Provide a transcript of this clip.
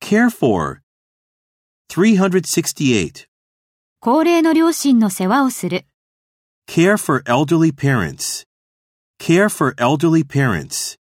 care for. 368. 高齢の両親の世話をする。 Care for elderly parents. Care for elderly parents.